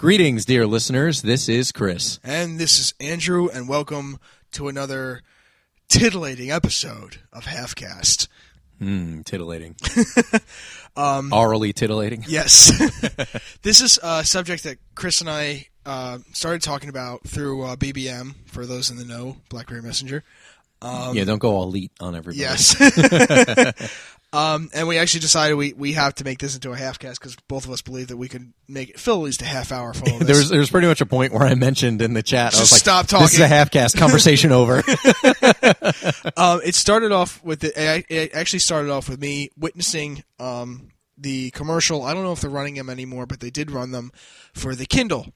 Greetings, dear listeners. This is Chris. And this is Andrew, and welcome to another titillating episode of Halfcast. Mm, titillating. Um, Orally titillating. Yes, this is a subject that Chris and I uh, started talking about through uh, BBM, for those in the know, BlackBerry Messenger. yeah, don't go all leet on everybody. um, Yes. um, and we actually decided we, we have to make this into a half cast because both of us believe that we could make it fill at least a half hour full of this. There was, there was pretty much a point where I mentioned in the chat. I was Just like, stop This is talking." a half cast conversation over. um, it started off with the, it it actually started off with me witnessing um, the commercial. I don't know if they're running them anymore, but they did run them for the Kindle.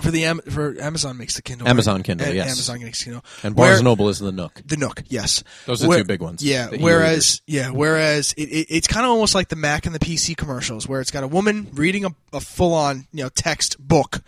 For the Am- for Amazon makes the Kindle. Amazon Kindle, A- yes. Amazon makes Kindle. And Barnes Where- and Noble is the Nook. the Nook, yes. Those are the two big ones, Yeah. the Whereas, yeah. Whereas it, it, it's kind of almost like the Mac and the PC commercials, where it's got a woman reading a, a full-on you know text book,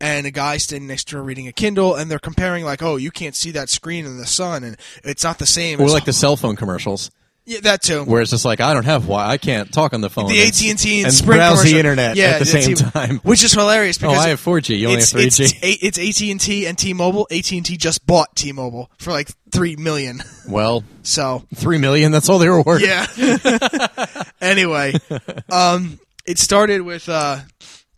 and a guy standing next to her reading a Kindle, and they're comparing like, oh, you can't see that screen in the sun, and it's not the same. Or as- like the cell phone commercials, yeah, that too. where it's just like I don't have Wi. I can't talk on the phone. the and- AT and T and Sprint browse commercial. the internet yeah, at the same T- time. which is hilarious. Oh, Because I have 4G. You only have it's, 3G. It's AT and T and T-Mobile. AT and T just bought T-Mobile for like three million. well, So three million. That's all they were worth. yeah. anyway, um, it started with uh,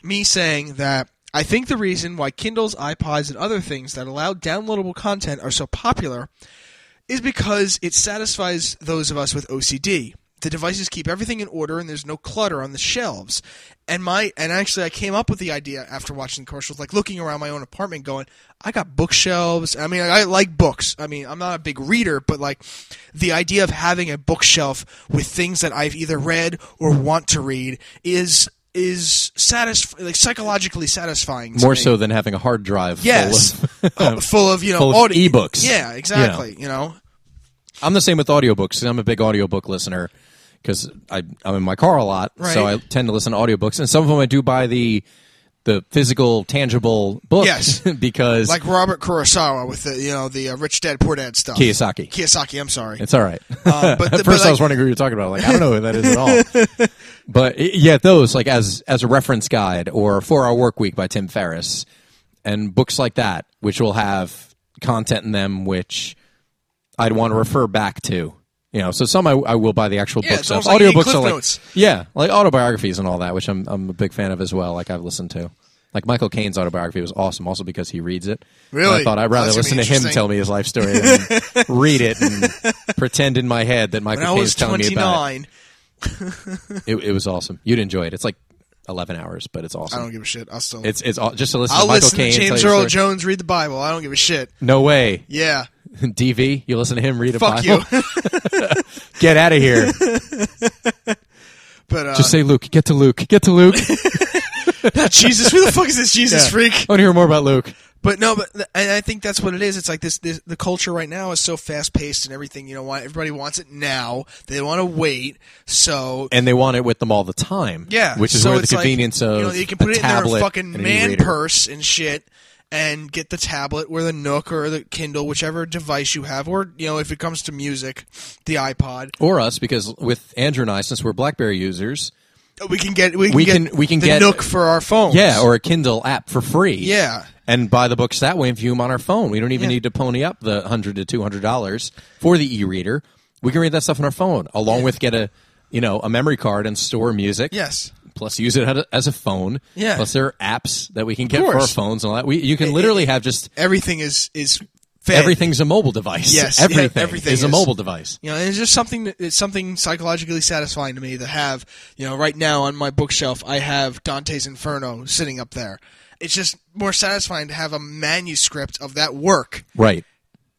me saying that I think the reason why Kindles, iPods, and other things that allow downloadable content are so popular is because it satisfies those of us with OCD. The devices keep everything in order, and there's no clutter on the shelves. And my and actually, I came up with the idea after watching the commercials, like looking around my own apartment, going, "I got bookshelves. I mean, I, I like books. I mean, I'm not a big reader, but like the idea of having a bookshelf with things that I've either read or want to read is is satisf- like psychologically satisfying. to More me. so than having a hard drive. full yes, Oh, of- full of, you know full of audi- ebooks. Yeah, exactly. You know, I'm the same with audiobooks. I'm a big audiobook listener because I'm in my car a lot, so I Right. tend to listen to audiobooks. And some of them I do buy the the physical, tangible book. Yes. because like Robert Kurosawa with the you know the uh, Rich Dad Poor Dad stuff. Kiyosaki. Kiyosaki. I'm sorry. It's all right. Um, but At the- first, but I was like- wondering who you were talking about. Like, I don't know who that is at all. but i- yeah, those like as as a reference guide or Four Hour Work Week by Tim Ferriss, and books like that, which will have content in them which I'd want to refer back to. You know, so some I, I will buy the actual Yeah, books. it's stuff. almost like you need Audiobooks Cliff are like Notes. yeah, like autobiographies and all that, which I'm I'm a big fan of as well. Like I've listened to. Like Michael Caine's autobiography was awesome, also because he reads it. And I Really? thought I'd rather That's gonna be listen to him interesting. tell me his life story than read it and pretend in my head that when I Michael Caine's was telling me about 29, it. it. It was awesome. You'd enjoy it. It's like eleven hours, but it's I don't awesome. give a shit. I'll still. It's it's aw- just to listen Oh. I'll to Michael listen Caine. to tell James your Earl story. Jones read the Bible. I don't give a shit. No way, Yeah. DV. You listen to him read a Fuck Bible. you. Get out of here. But uh, Just say Luke. Get to Luke. Get to Luke. I Jesus, who the fuck is this Jesus Yeah. freak? want to hear more about Luke. But no, but th- and I think that's what it is. It's like this, this the culture right now is so fast paced and everything. You know why everybody wants it now. They don't want to wait. So and they want it with them all the time. yeah, which is so where the it's like, convenience of you know you can put a it in their tablet fucking and an man e-reader. purse and shit. And get the tablet or the Nook or the Kindle, whichever device you have, or you know, if it comes to music, the iPod. or us because with Andrew and I, since we're BlackBerry users, We can get we can We get can- we can the get- Nook for our phones. yeah, or a Kindle app for free, Yeah. and buy the books that way and view them on our phone. We don't even Yeah. need to pony up the hundred to two hundred dollars for the e-reader. We can read that stuff on our phone, along with get a you know a memory card and store music. yes, Plus, use it as a- as a phone. Yeah. Plus, there are apps that we can get for our course. phones and all that. We you can literally have just everything is is fed. everything's a mobile device. Yes, yeah, everything, everything is a is. mobile device. You know, and it's just something. that- It's something psychologically satisfying to me to have. You know, right now on my bookshelf, I have Dante's Inferno sitting up there. It's just more satisfying to have a manuscript of that work Right.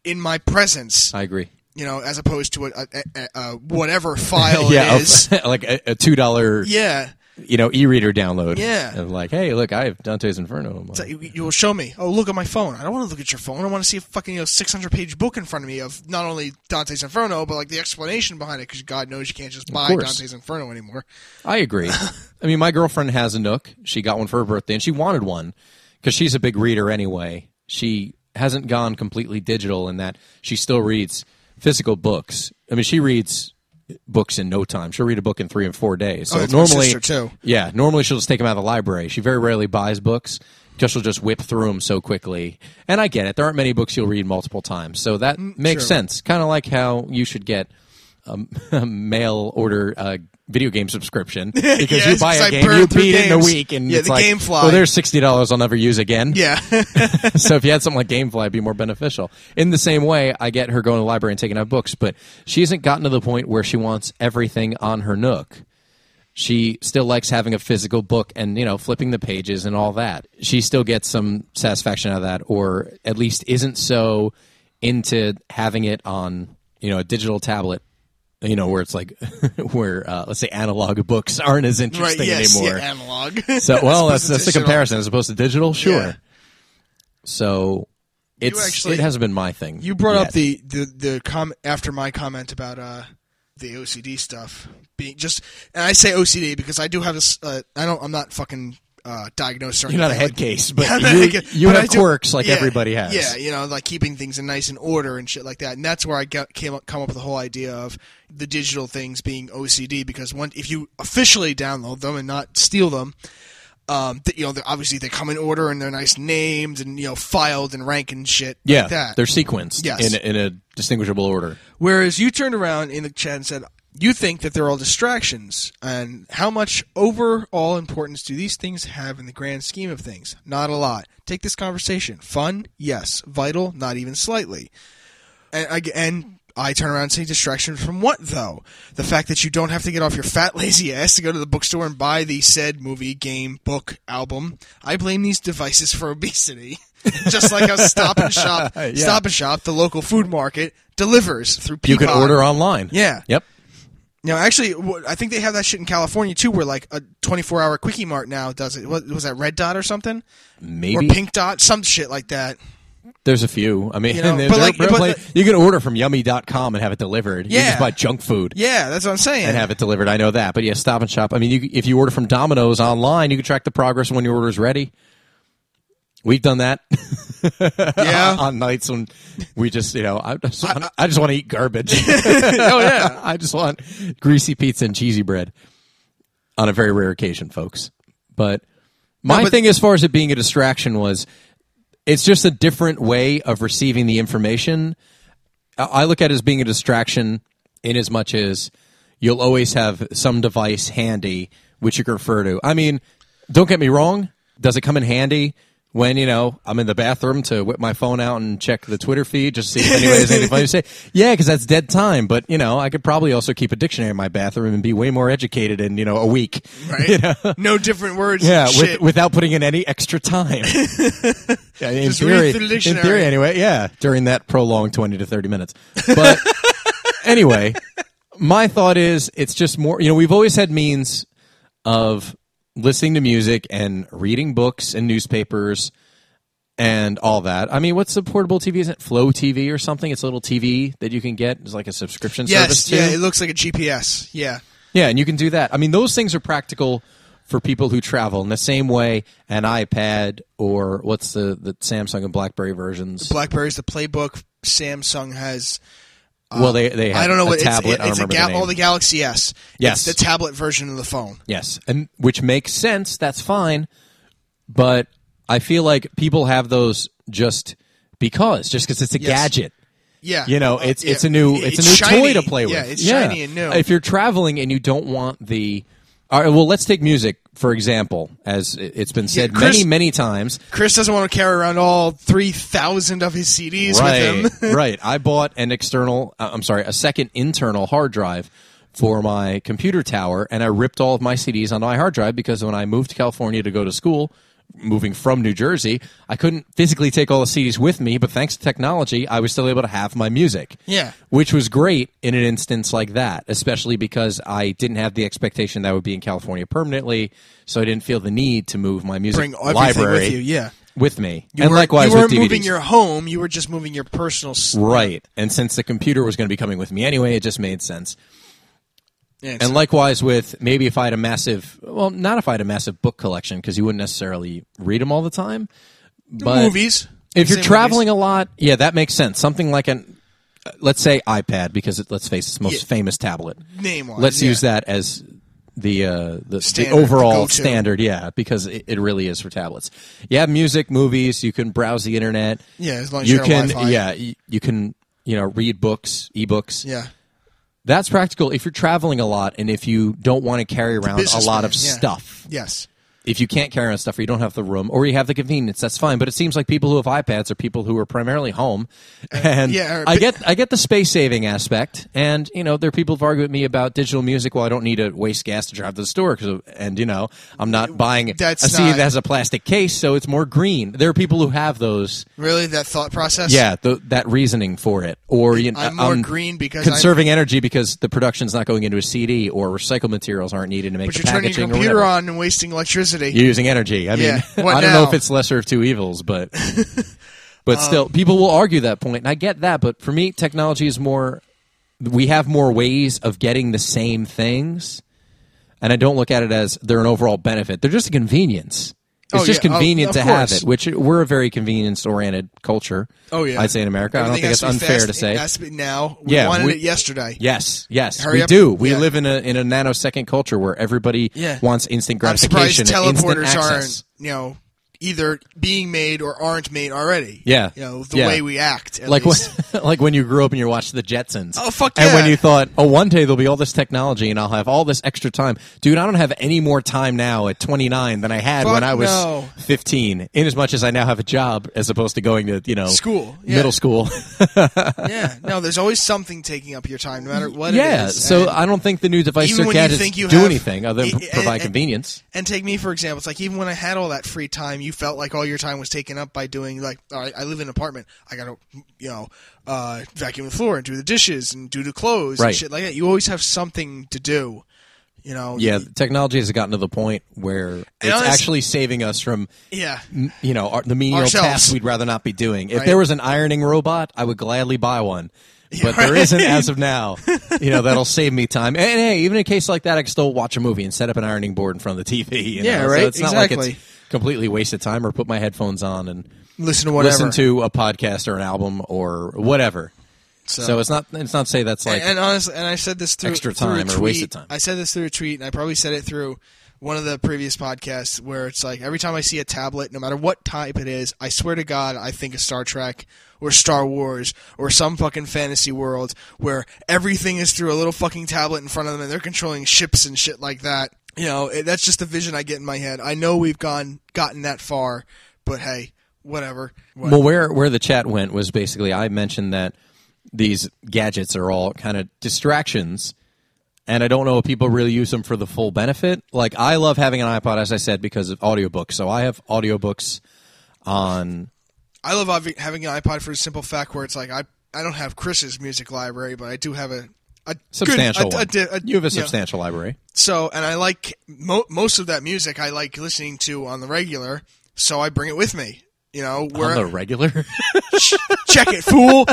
in my presence. I agree. You know, as opposed to a, a, a, a whatever file yeah, it is. a- like a, a two dollar yeah. you know e-reader download. Yeah. and like, hey, look, I have Dante's Inferno. It's like, You you will show me. Oh, look at my phone. I don't want to look at your phone. I want to see a fucking you know, 600 page book in front of me of not only Dante's Inferno, but like the explanation behind it, because God knows you can't just buy course. Dante's Inferno anymore. I agree. I mean, my girlfriend has a Nook. She got one for her birthday, and she wanted one because she's a big reader anyway. She hasn't gone completely digital in that she still reads physical books. I mean, she reads books in no time. She'll read a book in three and four days. So Oh, that's my normally, sister, too. yeah, normally she'll just take them out of the library. She very rarely buys books. Just she'll just whip through them so quickly. And I get it. There aren't many books you'll read multiple times, so that makes Mm, true. sense. Kind of like how you should get um, a mail order uh, video game subscription because Yeah, you buy a it's 'cause I game, burn you through beat it in a games. week, and Yeah, it's the like, Gamefly. well, there's sixty dollars I'll never use again. Yeah. so if you had something like GameFly, it'd be more beneficial. In the same way, I get her going to the library and taking out books, but she hasn't gotten to the point where she wants everything on her Nook. She still likes having a physical book and you know flipping the pages and all that. She still gets some satisfaction out of that, or at least isn't so into having it on you know a digital tablet. You know where it's like where uh, let's say analog books aren't as right. interesting Yes. anymore. Yeah. Analog. So, well, that's, that's a Presentational. comparison as opposed to digital, sure. Yeah. So, it's actually- it hasn't been my thing. You brought up yet. the the the com- after my comment about uh the OCD stuff being just, and I say OCD because I do have this. Uh, I don't. I'm not fucking uh, diagnosed or anything. You're not a like head case, but Yeah, you, like, you but I have do- quirks like yeah, everybody has. Yeah, you know, like keeping things in nice and order and shit like that. And that's where I got, came up, come up with the whole idea of the digital things being OCD because one, if you officially download them and not steal them, um, th- you know, they're- obviously they come in order and they're nice named and you know filed and ranked and shit Yeah, like that. they're sequenced Yes. in, in a distinguishable order. Whereas you turned around in the chat and said, you think that they're all distractions, and how much overall importance do these things have in the grand scheme of things? Not a lot. Take this conversation. Fun? Yes. Vital? Not even slightly. And I, and I turn around and say, distraction from what, though? The fact that you don't have to get off your fat, lazy ass to go to the bookstore and buy the said movie, game, book, album. I blame these devices for obesity. Just like a stop and shop, stop and shop, the local food market delivers through You Peapod. can order online. Yeah. Yep. No, actually, wh- I think they have that shit in California too, where like a 24 hour Quickie Mart now does it. What was that Red Dot or something, Maybe or Pink Dot, some shit like that. there's a few. I mean, You know, there- but there are like- but plenty- the- you can order from yummy.com and have it delivered. You can Yeah. just buy junk food. Yeah, that's what I'm saying. and have it delivered. I know that, but yeah, Stop and Shop. I mean, you, if you order from Domino's online, you can track the progress when your order is ready. We've done that yeah, on nights when we just, you know, I just want, I, just want to eat garbage. oh yeah. I just want greasy pizza and cheesy bread on a very rare occasion, folks. But my but- thing, as far as it being a distraction, was it's just a different way of receiving the information. I- I look at it as being a distraction in as much as you'll always have some device handy which you can refer to. I mean, don't get me wrong. Does it come in handy when, you know, I'm in the bathroom to whip my phone out and check the Twitter feed just to see if anybody has anything funny to say? Yeah, because that's dead time. But, you know, I could probably also keep a dictionary in my bathroom and be way more educated in, you know, a week. Right. No different words. Yeah, and with, shit. without putting in any extra time. Yeah, in Just read theory, through the in dictionary. theory, anyway. Yeah, during that prolonged twenty to thirty minutes. But anyway, my thought is it's just more. You know, we've always had means of listening to music and reading books and newspapers and all that. I mean, what's the portable TV? Isn't it Flow TV or something? It's a little TV that you can get. It's like a subscription service. yes, too. yeah, it looks like a GPS. Yeah, Yeah, and you can do that. I mean, those things are practical for people who travel in the same way an iPad or what's the, the Samsung and BlackBerry versions? BlackBerry's the playbook. Samsung has. well, they they have I don't know a what tablet. it's. I don't it's a remember gal- the all name. the Galaxy S. Yes. it's the tablet version of the phone. yes, and which makes sense. That's fine, but I feel like people have those just because, just because it's a Yes. gadget. Yeah, You know, Uh, it's yeah. it's a new it's, a new shiny. toy to play with. Yeah, it's shiny and new. If you're traveling and you don't want the all right, well, let's take music for example, as it- it's been said Chris- many many times. Chris doesn't want to carry around all three thousand of his CDs right, with him. right. I bought an external, uh, I'm sorry, a second internal hard drive for my computer tower, and I ripped all of my CDs onto my hard drive because when I moved to California to go to school, moving from New Jersey, I couldn't physically take all the CDs with me, but thanks to technology, I was still able to have my music. Yeah. Which was great in an instance like that, especially because I didn't have the expectation that I would be in California permanently, so I didn't feel the need to move my music Bring everything library with you. Yeah. with me. You and weren't- likewise you weren't with DVDs. moving your home. You were just moving your personal. s- Right. And since the computer was going to be coming with me anyway, it just made sense. Yeah, it's- And likewise with maybe if I had a massive, well, not if I had a massive book collection because you wouldn't necessarily read them all the time. But movies. if you're Same traveling a lot, yeah, that makes sense. Something like an uh, let's say iPad because it, let's face it, it's the most Yeah. famous tablet. Name wise. Let's use that as the uh, the, Standard, the overall go-to. standard, yeah, because it, it really is for tablets. You have music, movies. You can browse the internet. Yeah, as long as you, You got can, Wi-Fi. yeah, you, you can, you know, read books, ebooks. Yeah. That's practical if you're traveling a lot and if you don't want to carry around a business lot plan, of yeah. stuff. Yes. If you can't carry around stuff or you don't have the room or you have the convenience, that's fine. But it seems like people who have iPads are people who are primarily home. And Uh, yeah, or- I get I get the space saving aspect. And, you know, there are people who've argued with me about digital music. Well, I don't need to waste gas to drive to the store. 'cause- and, you know, I'm not buying That's a CD not- that has a plastic case, so it's more green. There are people who have those. Really, that thought process. Yeah, th that reasoning for it. Or, you know, um, I'm more green because I'm- conserving energy because the production's not going into a CD or recycled materials aren't needed to make But the you're turning packaging your or computer whatever. on and wasting electricity. You're using energy. I Yeah. mean, What I don't know now? Um, if it's lesser of two evils, but but still, people will argue that point, and I get that. But for me, technology is more. We have more ways of getting the same things, and I don't look at it as they're an overall benefit. They're just a convenience. It's Oh, just yeah. Oh, convenient of to have course. it, which we're a very convenience-oriented culture. Oh, yeah. I'd say in America. I don't Everything think it's has to be unfair fast. to say. It has to be now. We Yeah, wanted we- it yesterday. Yes, yes, Hurry we up. do. We Yeah. live in a in a nanosecond culture where everybody Yeah. wants instant I'm surprised gratification, and instant teleporters access. aren't, you know, either being made or aren't made already. Yeah. You know, the Yeah. way we act. At Like when, least. like when you grew up and you watched the Jetsons. Oh, fuck And when yeah. you thought, oh, one day there'll be all this technology and I'll have all this extra time, dude. I don't have any more time now at 29 than I had Fuck when I was no. 15. In as much as I now have a job as opposed to going to you know School, yeah. middle school. yeah. No, there's always something taking up your time, no matter what yeah, it is. so and, I don't think the new devices Even or when you gadgets think you do have- anything other than I- I- provide I- convenience. and take me for example. It's like even when I had all that free time, you felt like all your time was taken up by doing like, all right, I live in an apartment. I gotta, you know, uh, vacuum the floor and do the dishes and do the clothes Right. and shit like that. You always have something to do. You know. Yeah, technology has gotten to the point where it's honest- actually saving us from Yeah. m- you know, our, the menial Ourselves. tasks we'd rather not be doing. If Right. there was an ironing robot, I would gladly buy one. But there right. isn't as of now. You know, that'll save me time. And hey, even in a case like that, I can still watch a movie and set up an ironing board in front of the TV. you Yeah, know? right, So it's not like exactly. it's completely wasted time or put my headphones on and Listen to whatever. listen to a podcast or an album or whatever. So, it's not it's not to say that's like and, and honestly, and I said this through extra through a time or wasted tweet. time. I said this through a tweet, and I probably said it through one of the previous podcasts where it's like every time I see a tablet, no matter what type it is, I swear to God, I think of Star Trek or Star Wars or some fucking fantasy world where everything is through a little fucking tablet in front of them, and they're controlling ships and shit like that. You know, it, that's just the vision I get in my head. I know we've gone gotten that far, but hey, whatever. What- Well, where where the chat went was basically I mentioned that these gadgets are all kind of distractions, and I don't know if people really use them for the full benefit. Like I love having an iPod, as I said, because of audiobooks. So I have audiobooks on. I love havi- having an iPod for the simple fact where it's like I I don't have Chris's music library, but I do have a a good- Substantial a- a one. di- a- you have a yeah. substantial library. So, and I like mo- most of that music. I like listening to on the regular, so I bring it with me. You know, On the where regular, Sh- check it, fool.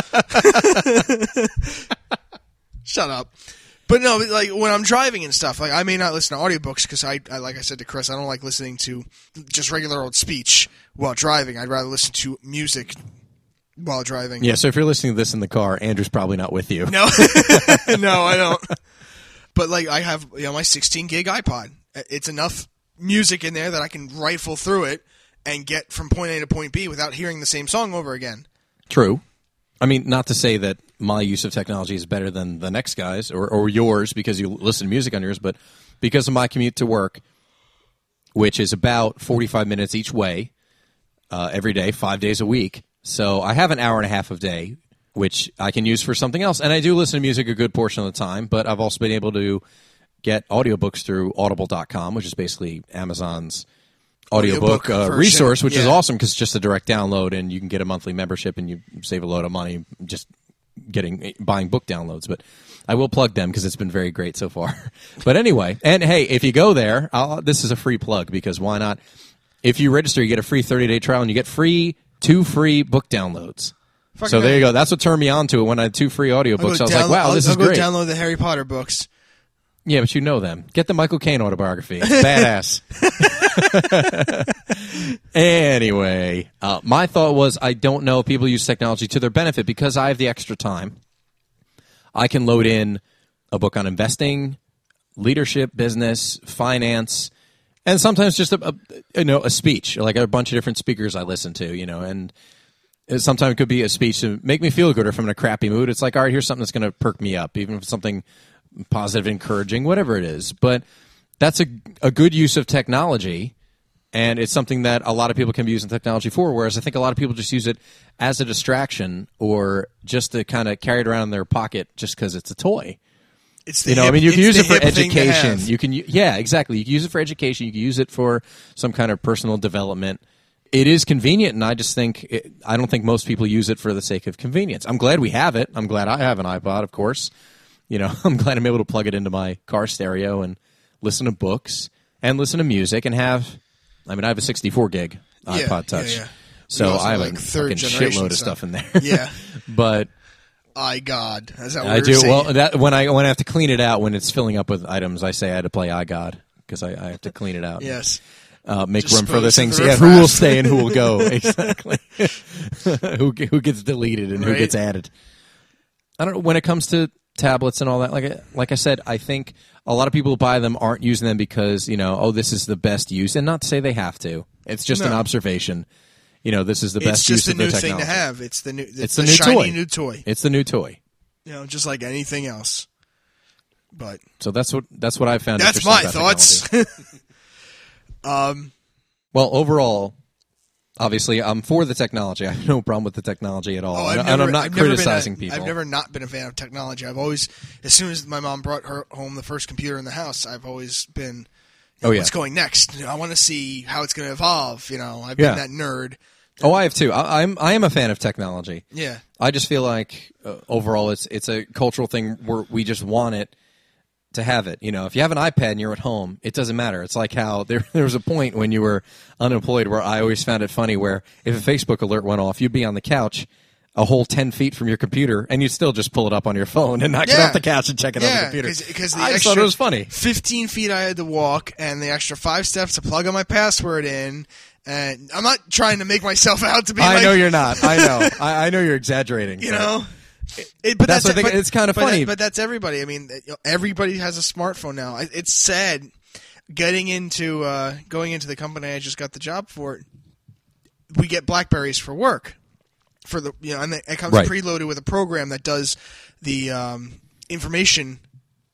Shut up. But no, but, like when I'm driving and stuff, like I may not listen to audiobooks because I, I, like I said to Chris, I don't like listening to just regular old speech while driving. I'd rather listen to music while driving. yeah. So if you're listening to this in the car, Andrew's probably not with you. No, no, I don't. But like, I have you know my 16 gig iPod. It's enough music in there that I can rifle through it and get from point A to point B without hearing the same song over again. True. I mean, not to say that my use of technology is better than the next guy's or, or yours because you listen to music on yours, but because of my commute to work, which is about 45 minutes each way uh, every day, five days a week. So I have an hour and a half of day, which I can use for something else. And I do listen to music a good portion of the time, but I've also been able to get audiobooks through audible.com, which is basically Amazon's audiobook, Audiobook uh, version, resource, which is yeah. awesome because it's just a direct download and you can get a monthly membership and you save a load of money just getting buying book downloads. But I will plug them because it's been very great so far. but anyway, and hey, if you go there, I'll, this is a free plug because why not? If you register, you get a free 30 day trial and you get free two free book downloads. so Fucking there you go. That's what turned me on to it when I had two free audiobooks. I was like, download- wow, I'll- this I'll is go great. Download the Harry Potter books. Yeah, but you know them. Get the Michael Caine autobiography. It's badass. anyway, uh, my thought was I don't know if people use technology to their benefit because I have the extra time. I can load in a book on investing, leadership, business, finance, and sometimes just a, a you know a speech, like a bunch of different speakers I listen to, you know, and it- sometimes it could be a speech to make me feel good or if I'm in a crappy mood. It's like, all right, here's something that's going to perk me up, even if it's something positive, encouraging, whatever it is. But that's a, a good use of technology. And it's something that a lot of people can be using technology for, whereas I think a lot of people just use it as a distraction or just to kind of carry it around in their pocket just because it's a toy. It's the You know, hip- I mean, you can use it's the it for hip thing to education. have. You can, u- yeah, exactly. You can use it for education. You can use it for some kind of personal development. It is convenient, and I just think it, I don't think most people use it for the sake of convenience. I'm glad we have it. I'm glad I have an iPod, of course. You know, I'm glad I'm able to plug it into my car stereo and listen to books and listen to music and have. I mean, I have a 64 gig Yeah, iPod yeah, Touch, yeah. We so also I have like a third fucking generation shitload of stuff. stuff in there. yeah, but I God, that's how I do. Well, that when I when I have to clean it out when it's filling up with items, I say I had to play I God because I, I have to clean it out. yes, uh, make room for Dispose other of things. the Yeah, who riffraff. will stay and who will go? Exactly. who ge- who gets deleted and who Right. gets added? I don't know. When it comes to tablets and all that, like I- like I said, I think a lot of people who buy them aren't using them because you know, oh, this is the best use, and not to say they have to. It's just an No. observation. You know, this is the it's best just use a of their new thing to technology. have. It's the new, it's, It's the, the new shiny toy. new toy. It's the new toy. You know, just like anything else. But So that's what that's what I found. that's interesting my about thoughts. technology. Well, overall, obviously, I'm for the technology. I have no problem with the technology at all, Oh, and, and I've never, I'm not I've never been a- criticizing people. I've never not been a fan of technology. I've always, as soon as my mom brought her home the first computer in the house, I've always been, Oh, yeah. what's going next? You know, I want to see how it's going to evolve. You know, I've Yeah. been that nerd. oh, I have too. I, I'm I am a fan of technology. Yeah, I just feel like uh, overall, it's it's a cultural thing where we just want it to have it. You know, if you have an iPad and you're at home, it doesn't matter. It's like how there there was a point when you were unemployed where I always found it funny where if a Facebook alert went off, you'd be on the couch. A whole ten feet from your computer, and you'd still just pull it up on your phone and not get Yeah. off the couch and check it on the yeah, computer. because the I just extra thought it was funny. Fifteen feet I had to walk, and the extra five steps to plug in my password in. And I'm not trying to make myself out to be. I like, know you're not. I know. I, I know you're exaggerating. you but- know. It- but That's what I think- but- it's kinda but that- funny. but that's everybody. I mean, you know, everybody has a smartphone now. I- It's sad getting into uh, going into the company I just got the job for. We get Blackberries for work, for the you know, and it it comes Right. preloaded with a program that does the um, information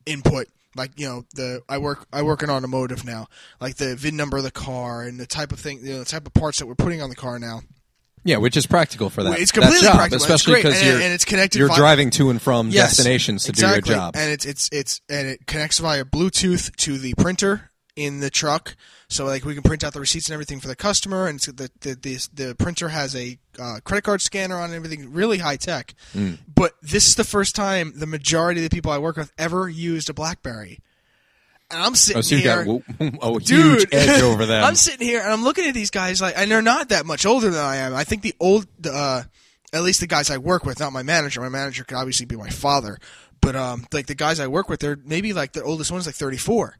input. Like you know, the I work I work in automotive now. Like the VIN number of the car and the type of thing, you know, the type of parts that we're putting on the car now. Yeah, which is practical for that. Well, it's that completely job, practical. It's especially great, because and- you're and it's connected You're vi- driving to and from Yes, um, destinations to do exactly. your job. And it's it's it's and it connects via Bluetooth to the printer in the truck, so like we can print out the receipts and everything for the customer. And it's the the the, the printer has a uh, credit card scanner on it, everything, really high tech. Mm. But this is the first time the majority of the people I work with ever used a BlackBerry. And I'm sitting oh, so you here, got wo- a huge dude, edge over them. I'm sitting here and I'm looking at these guys like, and they're not that much older than I am. I think the old, uh, at least the guys I work with, not my manager. My manager could obviously be my father, but um, like the guys I work with, they're maybe like the oldest one's like 34,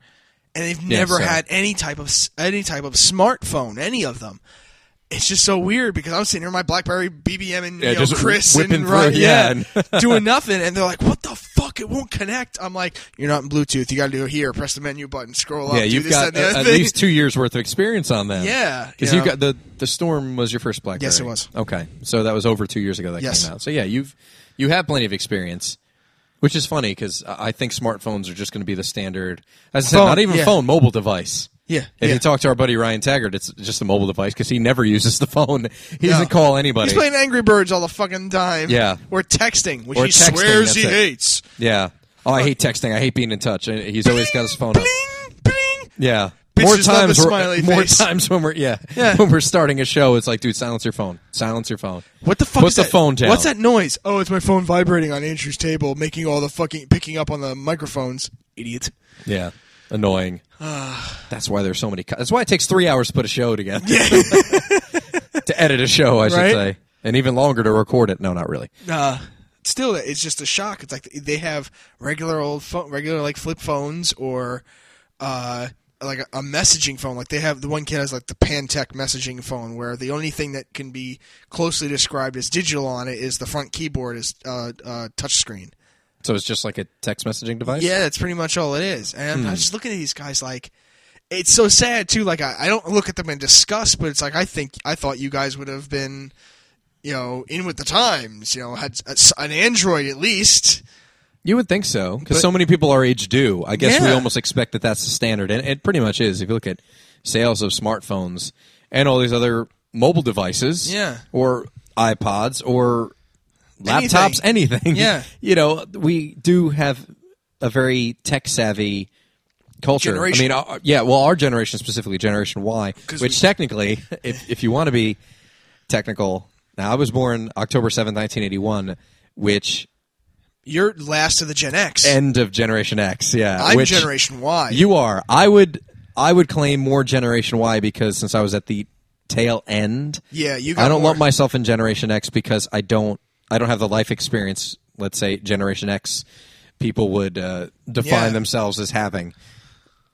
and they've never so- had any type of s- any type of smartphone, any of them. It's just so weird because I'm sitting here, with my BlackBerry BBM, and Yeah, you know, just Chris whipping and Ryan, through, yeah, yeah. doing nothing, and they're like, "What the fuck? It won't connect." I'm like, "You're not in Bluetooth. You got to do it here. Press the menu button. Scroll up. yeah, do you've this, got that, and the a- other at thing. least two years worth of experience on them. Yeah, because you you know. got the the storm was your first BlackBerry. Yes, it was. Okay, so that was over two years ago that Yes. came out. So yeah, you've you have plenty of experience. Which is funny because I I think smartphones are just going to be the standard. As I said, Phone, not even yeah. phone, mobile device. Yeah, If yeah. you talk to our buddy Ryan Taggart, it's just a mobile device because he never uses the phone. He No. doesn't call anybody. He's playing Angry Birds all the fucking time. Yeah. Or texting, which Or he texting, swears that's he it. hates. yeah. Oh, I hate texting. I hate being in touch. And He's always got his phone up. Bling, bling. Yeah. Bitches more love times, a we're, smiley more face. times when we're yeah, Yeah. when we're starting a show, it's like, dude, silence your phone. Silence your phone. What the fuck Put is the that? phone down. What's that noise? Oh, it's my phone vibrating on Andrew's table, making all the fucking picking up on the microphones. Idiot. Yeah. Annoying. that's why there's so many. co- That's why it takes three hours to put a show together. to edit a show, I should Right? say, and even longer to record it. No, not really. Uh, still, it's just a shock. It's like they have regular old phone, regular like flip phones or uh, like a, a messaging phone. Like they have the one kid has like the Pantech messaging phone, where the only thing that can be closely described as digital on it is the front keyboard is uh, uh, touchscreen. So it's just like a text messaging device. Yeah, that's pretty much all it is. And Hmm. I'm just looking at these guys like it's so sad too. Like I, I don't look at them in disgust, but it's like I think I thought you guys would have been, you know, in with the times. You know, had s- an Android at least. you would think so because But- so many people our age do. I guess we Yeah. almost expect that that's the standard, and it pretty much is. If you look at sales of smartphones and all these other mobile devices, Yeah. or iPods or laptops, anything, Yeah. you know, we do have a very tech savvy culture. Generation. I mean, our, yeah, well, our generation specifically, Generation Y, 'Cause which we- technically, if, if you want to be technical, now I was born October seventh, nineteen 1981, which You're last of the Gen X. end of Generation X, yeah. I'm which Generation Y. You are. I would I would claim more Generation Y because since I was at the tail end, yeah, you. Got I don't more. lump myself in Generation X because I don't I don't have the life experience. Let's say Generation X people would uh, define Yeah. themselves as having.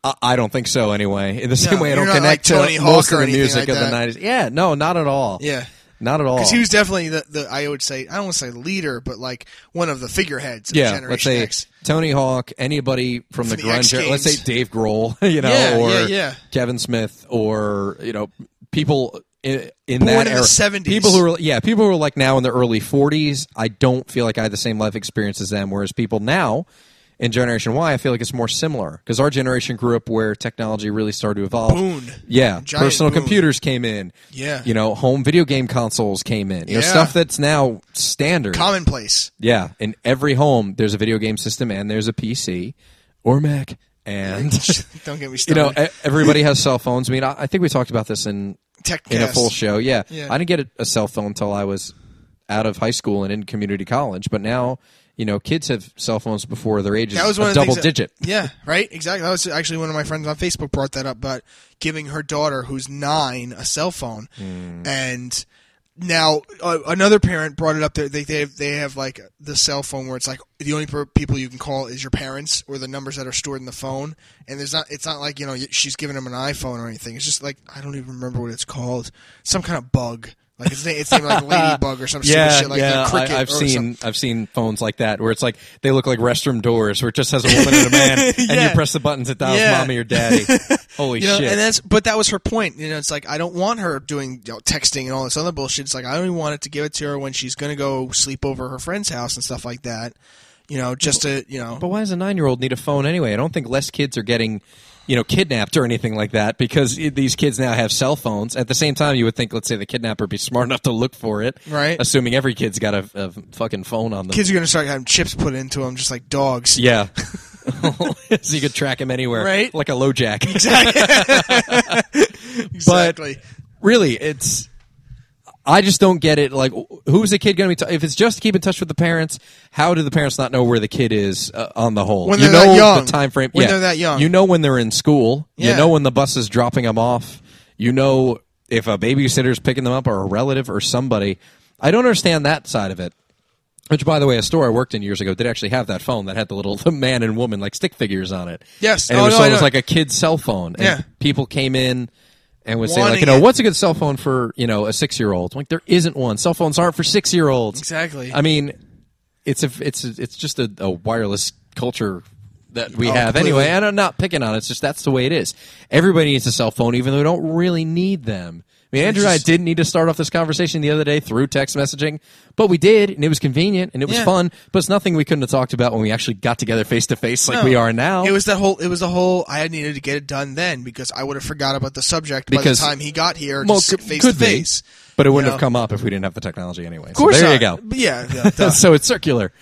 I, I don't think so. Anyway, in the same No, way, I you're don't not like connect Tony to Hawk most or of the anything music like of the that. nineties. Yeah, no, not at all. Yeah. not at all. Because he was definitely the, the I would say I don't want to say leader, but like one of the figureheads of yeah, Generation let's say X. Tony Hawk, anybody from the From the X grunge, era- let's Games. say Dave Grohl, you know, Yeah, or yeah, yeah. Kevin Smith, or you know, people in, in Born that in the era, 70s. people who are yeah, people who are like now in their early forties. I don't feel like I had the same life experience as them. Whereas people now in Generation Y, I feel like it's more similar because our generation grew up where technology really started to evolve. Boone. Yeah, Giant personal boom. computers came in. Yeah. you know, home video game consoles came in. You know, Yeah. stuff that's now standard. Commonplace. Yeah, in every home there's a video game system and there's a PC or Mac, and don't get me you know started. e- everybody has cell phones. I mean, I, I think we talked about this in Techcast. in a full show. Yeah, Yeah. I didn't get a, a cell phone until I was out of high school and in community college, but now you know kids have cell phones before their age is That was one a of the double things that- digit. yeah, right. Exactly. That was actually one of my friends on Facebook brought that up, but giving her daughter, who's nine, a cell phone, Hmm. and now uh, another parent brought it up. They they they have, they have like the cell phone where it's like the only per- people you can call is your parents or the numbers that are stored in the phone, and there's not. It's not like you know y- she's giving them an iPhone or anything. It's just like I don't even remember what it's called. Some kind of bug. Like it's named, it's named like Ladybug or some stupid shit like yeah. that. Cricket I, I've or some- seen I've seen phones like that where it's like they look like restroom doors, where it just has a woman and a man, and you Yeah. press the buttons it dials Yeah. mommy or daddy. Holy You know, shit! and that's but that was her point. You know, it's like I don't want her doing you know, texting and all this other bullshit. It's like I only wanted to give it to her when she's gonna go sleep over her friend's house and stuff like that. You know, just to you know, But why does a nine year old need a phone anyway? I don't think less kids are getting, you know, kidnapped or anything like that because i- these kids now have cell phones. At the same time, you would think, let's say, the kidnapper would be smart enough to look for it, Right. Assuming every kid's got a, a fucking phone on them. kids are gonna start having chips put into them just like dogs. yeah, so you could track him anywhere, Right. Like a low jack. exactly. really, it's. I just don't get it. Like, who's the kid going to be? T- if it's just to keep in touch with the parents, how do the parents not know where the kid is uh, on the whole? When you they're know that young. the time frame. When yeah. they're that young. you know when they're in school. You Yeah. know when the bus is dropping them off. You know if a babysitter's picking them up or a relative or somebody. I don't understand that side of it. Which, by the way, a store I worked in years ago did actually have that phone that had the little the man and woman like stick figures on it. Yes. and Oh, it was, no, so I it was know. like a kid's cell phone. And Yeah. people came in and would say like, Wanting you know, it. what's a good cell phone for you know a six year old? Like there isn't one. Cell phones aren't for six year olds. Exactly. I mean, it's a it's a, it's just a, a wireless culture that we Oh, have completely. anyway. And I'm not picking on it. It's just that's the way it is. Everybody needs a cell phone, even though we don't really need them. I mean, Andrew and I just- didn't need to start off this conversation the other day through text messaging, but we did, and it was convenient and it was Yeah. fun. But it's nothing we couldn't have talked about when we actually got together face to face like we are now. It was that whole. It was the whole. I needed to get it done then because I would have forgot about the subject Because- by the time he got here. Well, just c- face could to be, face. but it wouldn't have know. come up if we didn't have the technology anyway. Of course so there not. you go. But Yeah, yeah, duh. so it's circular,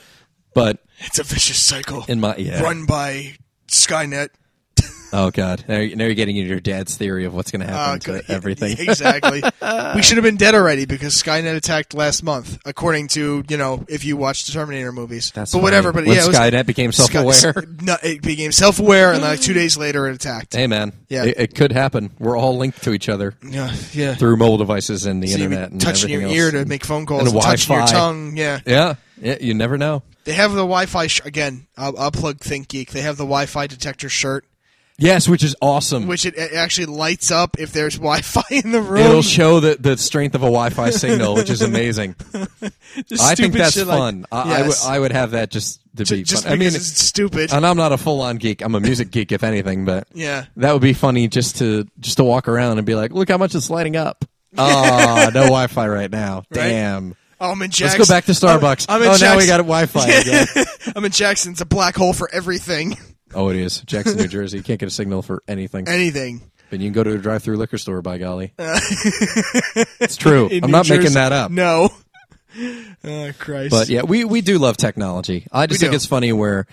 but it's a vicious cycle in my yeah. run by Skynet. Oh god, now, you're- now you're getting into your dad's theory of what's going to happen Uh, to good. everything. exactly. we should have been dead already because Skynet attacked last month, according to you know if you watch the Terminator movies. That's but funny. whatever. But When yeah, it was- Skynet became Sky- self-aware. s- no, it became self-aware, and like two days later, it attacked. Hey man, Yeah. it, it could happen. We're all linked to each other yeah, yeah. through mobile devices and the So you'd be internet and touching your everything ear else. to make phone calls, And and, touching your Wi-Fi. tongue. Yeah, yeah, yeah, you never know. uh, they have the Wi-Fi sh- again. I'll, I'll plug ThinkGeek. They have the Wi-Fi detector shirt. Yes, which is awesome. which it, it actually lights up if there's Wi-Fi in the room. It'll show the, the strength of a Wi-Fi signal, which is amazing. Just I think stupid that's shit like- fun. I I, Yes. w- I would have that just to Ju- be just fun. I mean, because it's stupid. and I'm not a full-on geek. I'm a music geek, if anything, but yeah. that would be funny just to just to walk around and be like, look how much it's lighting up. Ah, no Wi-Fi right now. Damn. Oh, I'm in Let's Jackson. go back to Starbucks. I'm in oh, now we Jackson. got Wi-Fi again. I'm in Jackson. It's a black hole for everything. oh, it is Jackson, New Jersey. You can't get a signal for anything. Anything. And you can go to a drive-through liquor store. By golly, it's true. In I'm New not Jersey- making that up. No. Oh, Christ. But yeah, we, we do love technology. I just We think do. it's funny where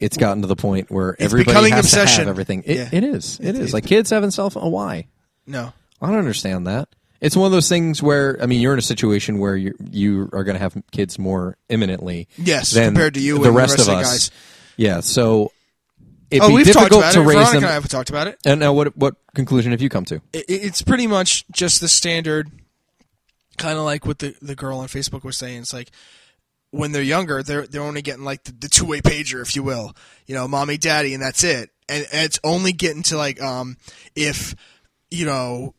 it's gotten to the point where everybody becoming has to obsession. have everything. It, Yeah. it is. it is. Like kids having cell phone. Why? No. I don't understand that. It's one of those things where I mean, you're in a situation where you you are going to have kids more imminently. Yes, than compared to you the and the rest, rest of of the us. guys. Yeah. So it'd Oh, be we've talked difficult about to it. raise Veronica them. and I have talked about it. And now, what what conclusion have you come to? It- It's pretty much just the standard, kind of like what the, the girl on Facebook was saying. It's like when they're younger, they're they're only getting like the, the two way pager, if you will. You know, mommy, daddy, and that's it. And, and it's only getting to like um if you know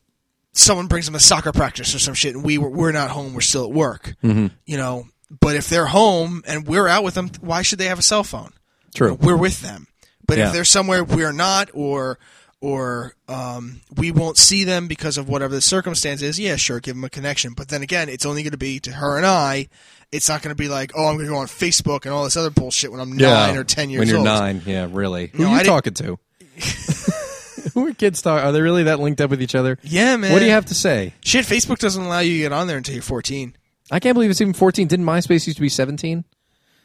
someone brings them to soccer practice or some shit, and we were, we're not home, we're still at work. You know, but if they're home and we're out with them, why should they have a cell phone? True. we're with them. But Yeah. if they're somewhere we're not, or or um, we won't see them because of whatever the circumstance is, yeah, sure, give them a connection. But then again, it's only going to be to her and I. It's not going to be like, oh, I'm going to go on Facebook and all this other bullshit when I'm nine or ten years when you're old. nine. Yeah, really. Who are No, I you didn't- talking to? Who are kids talking? Are they really that linked up with each other? Yeah, man. What do you have to say? Shit, Facebook doesn't allow you to get on there until you're 14, I can't believe it's even 14. Didn't MySpace used to be 17?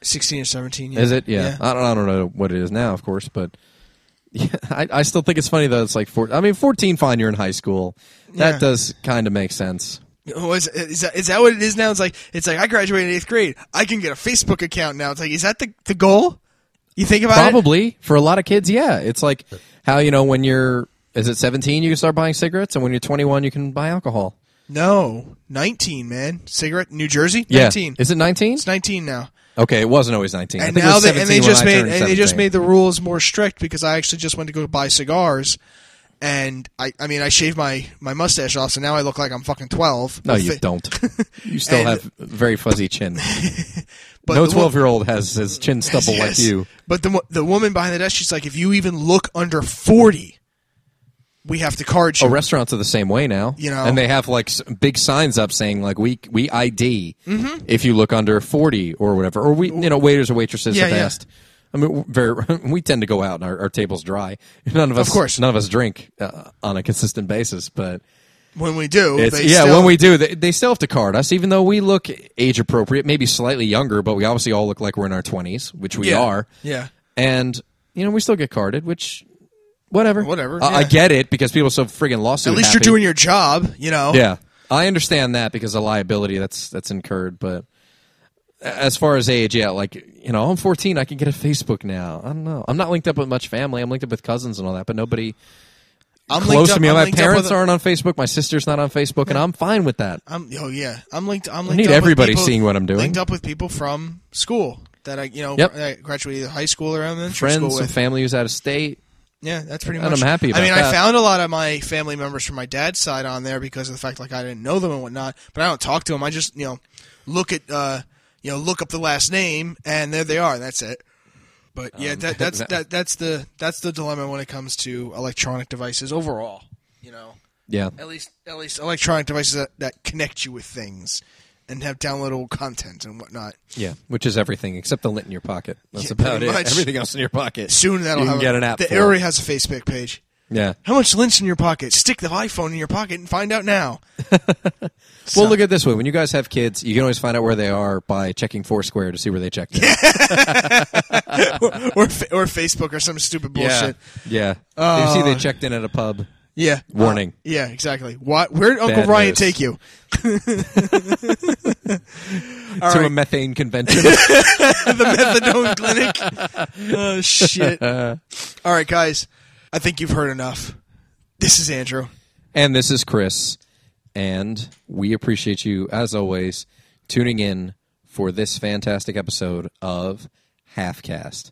16 or 17. Yeah. Is it? Yeah. I don't. I don't know what it is now, of course, but yeah, I, I still think it's funny that it's like four. I mean, 14. Fine, you're in high school. That Yeah. does kind of make sense. Oh, is, is, that, is that what it is now? It's like it's like I graduated eighth grade. I can get a Facebook account now. It's like, is that the, the goal? You think about it? Probably for a lot of kids, yeah. It's like how you know when you're is it 17 you can start buying cigarettes, and when you're 21 you can buy alcohol. No, nineteen, man. Cigarette, New Jersey, Yeah. nineteen. Is it 19? It's nineteen now. Okay, it wasn't always 19. I And think it now was they and 17 they when just I made turned and they just 17. made the rules more strict because I actually just went to go buy cigars, and I I mean I shaved my my mustache off, so now I look like I'm fucking twelve. No, But you fi- don't. You still And- have very fuzzy chin. But no the wo- 12 year old has his chin stubble like Yes. you. But the wo- the woman behind the desk, she's like, if you even look under forty, we have to card you. Oh, restaurants are the same way now. You know. and they have like s- big signs up saying like we we ID Mm-hmm. if you look under forty or whatever, or we you know waiters or waitresses Yeah, have yeah. asked. I mean, we're very, we tend to go out and our, our tables dry. None of us, course. none of us drink uh, on a consistent basis, but when we do, it's, they yeah, still- when we do, they, they still have to card us, even though we look age appropriate, maybe slightly younger, but we obviously all look like we're in our twenties, which we Yeah. are yeah. and you know we still get carded, which whatever, Whatever, I, I yeah. get it because people are so friggin' lawsuit. At least happy. you're doing your job, you know. Yeah, I understand that because of liability that's that's incurred, but as far as age, yeah, like you know, I'm 14, I can get a Facebook now. I don't know. I'm not linked up with much family. I'm linked up with cousins and all that, but nobody I'm close to me. I'm my linked up parents with a- aren't on Facebook. My sister's not on Facebook, and I'm fine with that. I'm oh yeah. I'm linked. I'm linked. need up with everybody people- seeing what I'm doing. Linked up with people from school that I you know Yep. that I graduated either high school or elementary Friends school and with. family who's out of state. Yeah, that's pretty and much. I'm happy about I mean, I that. found a lot of my family members from my dad's side on there because of the fact like I didn't know them and whatnot. But I don't talk to them. I just you know look at uh you know look up the last name and there they are. That's it. But yeah, that, that's Um, that- that that's the that's the dilemma when it comes to electronic devices overall. You know. Yeah, at least at least electronic devices that, that connect you with things and have downloadable content and whatnot. yeah, which is everything except the lint in your pocket. That's Yeah, about pretty it. much. Everything else in your pocket. Soon that'll you can have get a, an app. That for. already has a Facebook page. Yeah. How much lint's in your pocket? Stick the iPhone in your pocket and find out now. Well, look at it this way: when you guys have kids, you can always find out where they are by checking Foursquare to see where they checked in. Yeah, or, or fa- or Facebook or some stupid bullshit. Uh, yeah. you see, they checked in at a pub. Yeah. Warning. Uh, yeah, exactly. What? Where'd Uncle Bad Ryan news. take you? All to right. a methane convention. the methadone clinic. Oh shit! All right, guys. I think you've heard enough. This is Andrew. and this is Chris, and we appreciate you as always tuning in for this fantastic episode of Halfcast.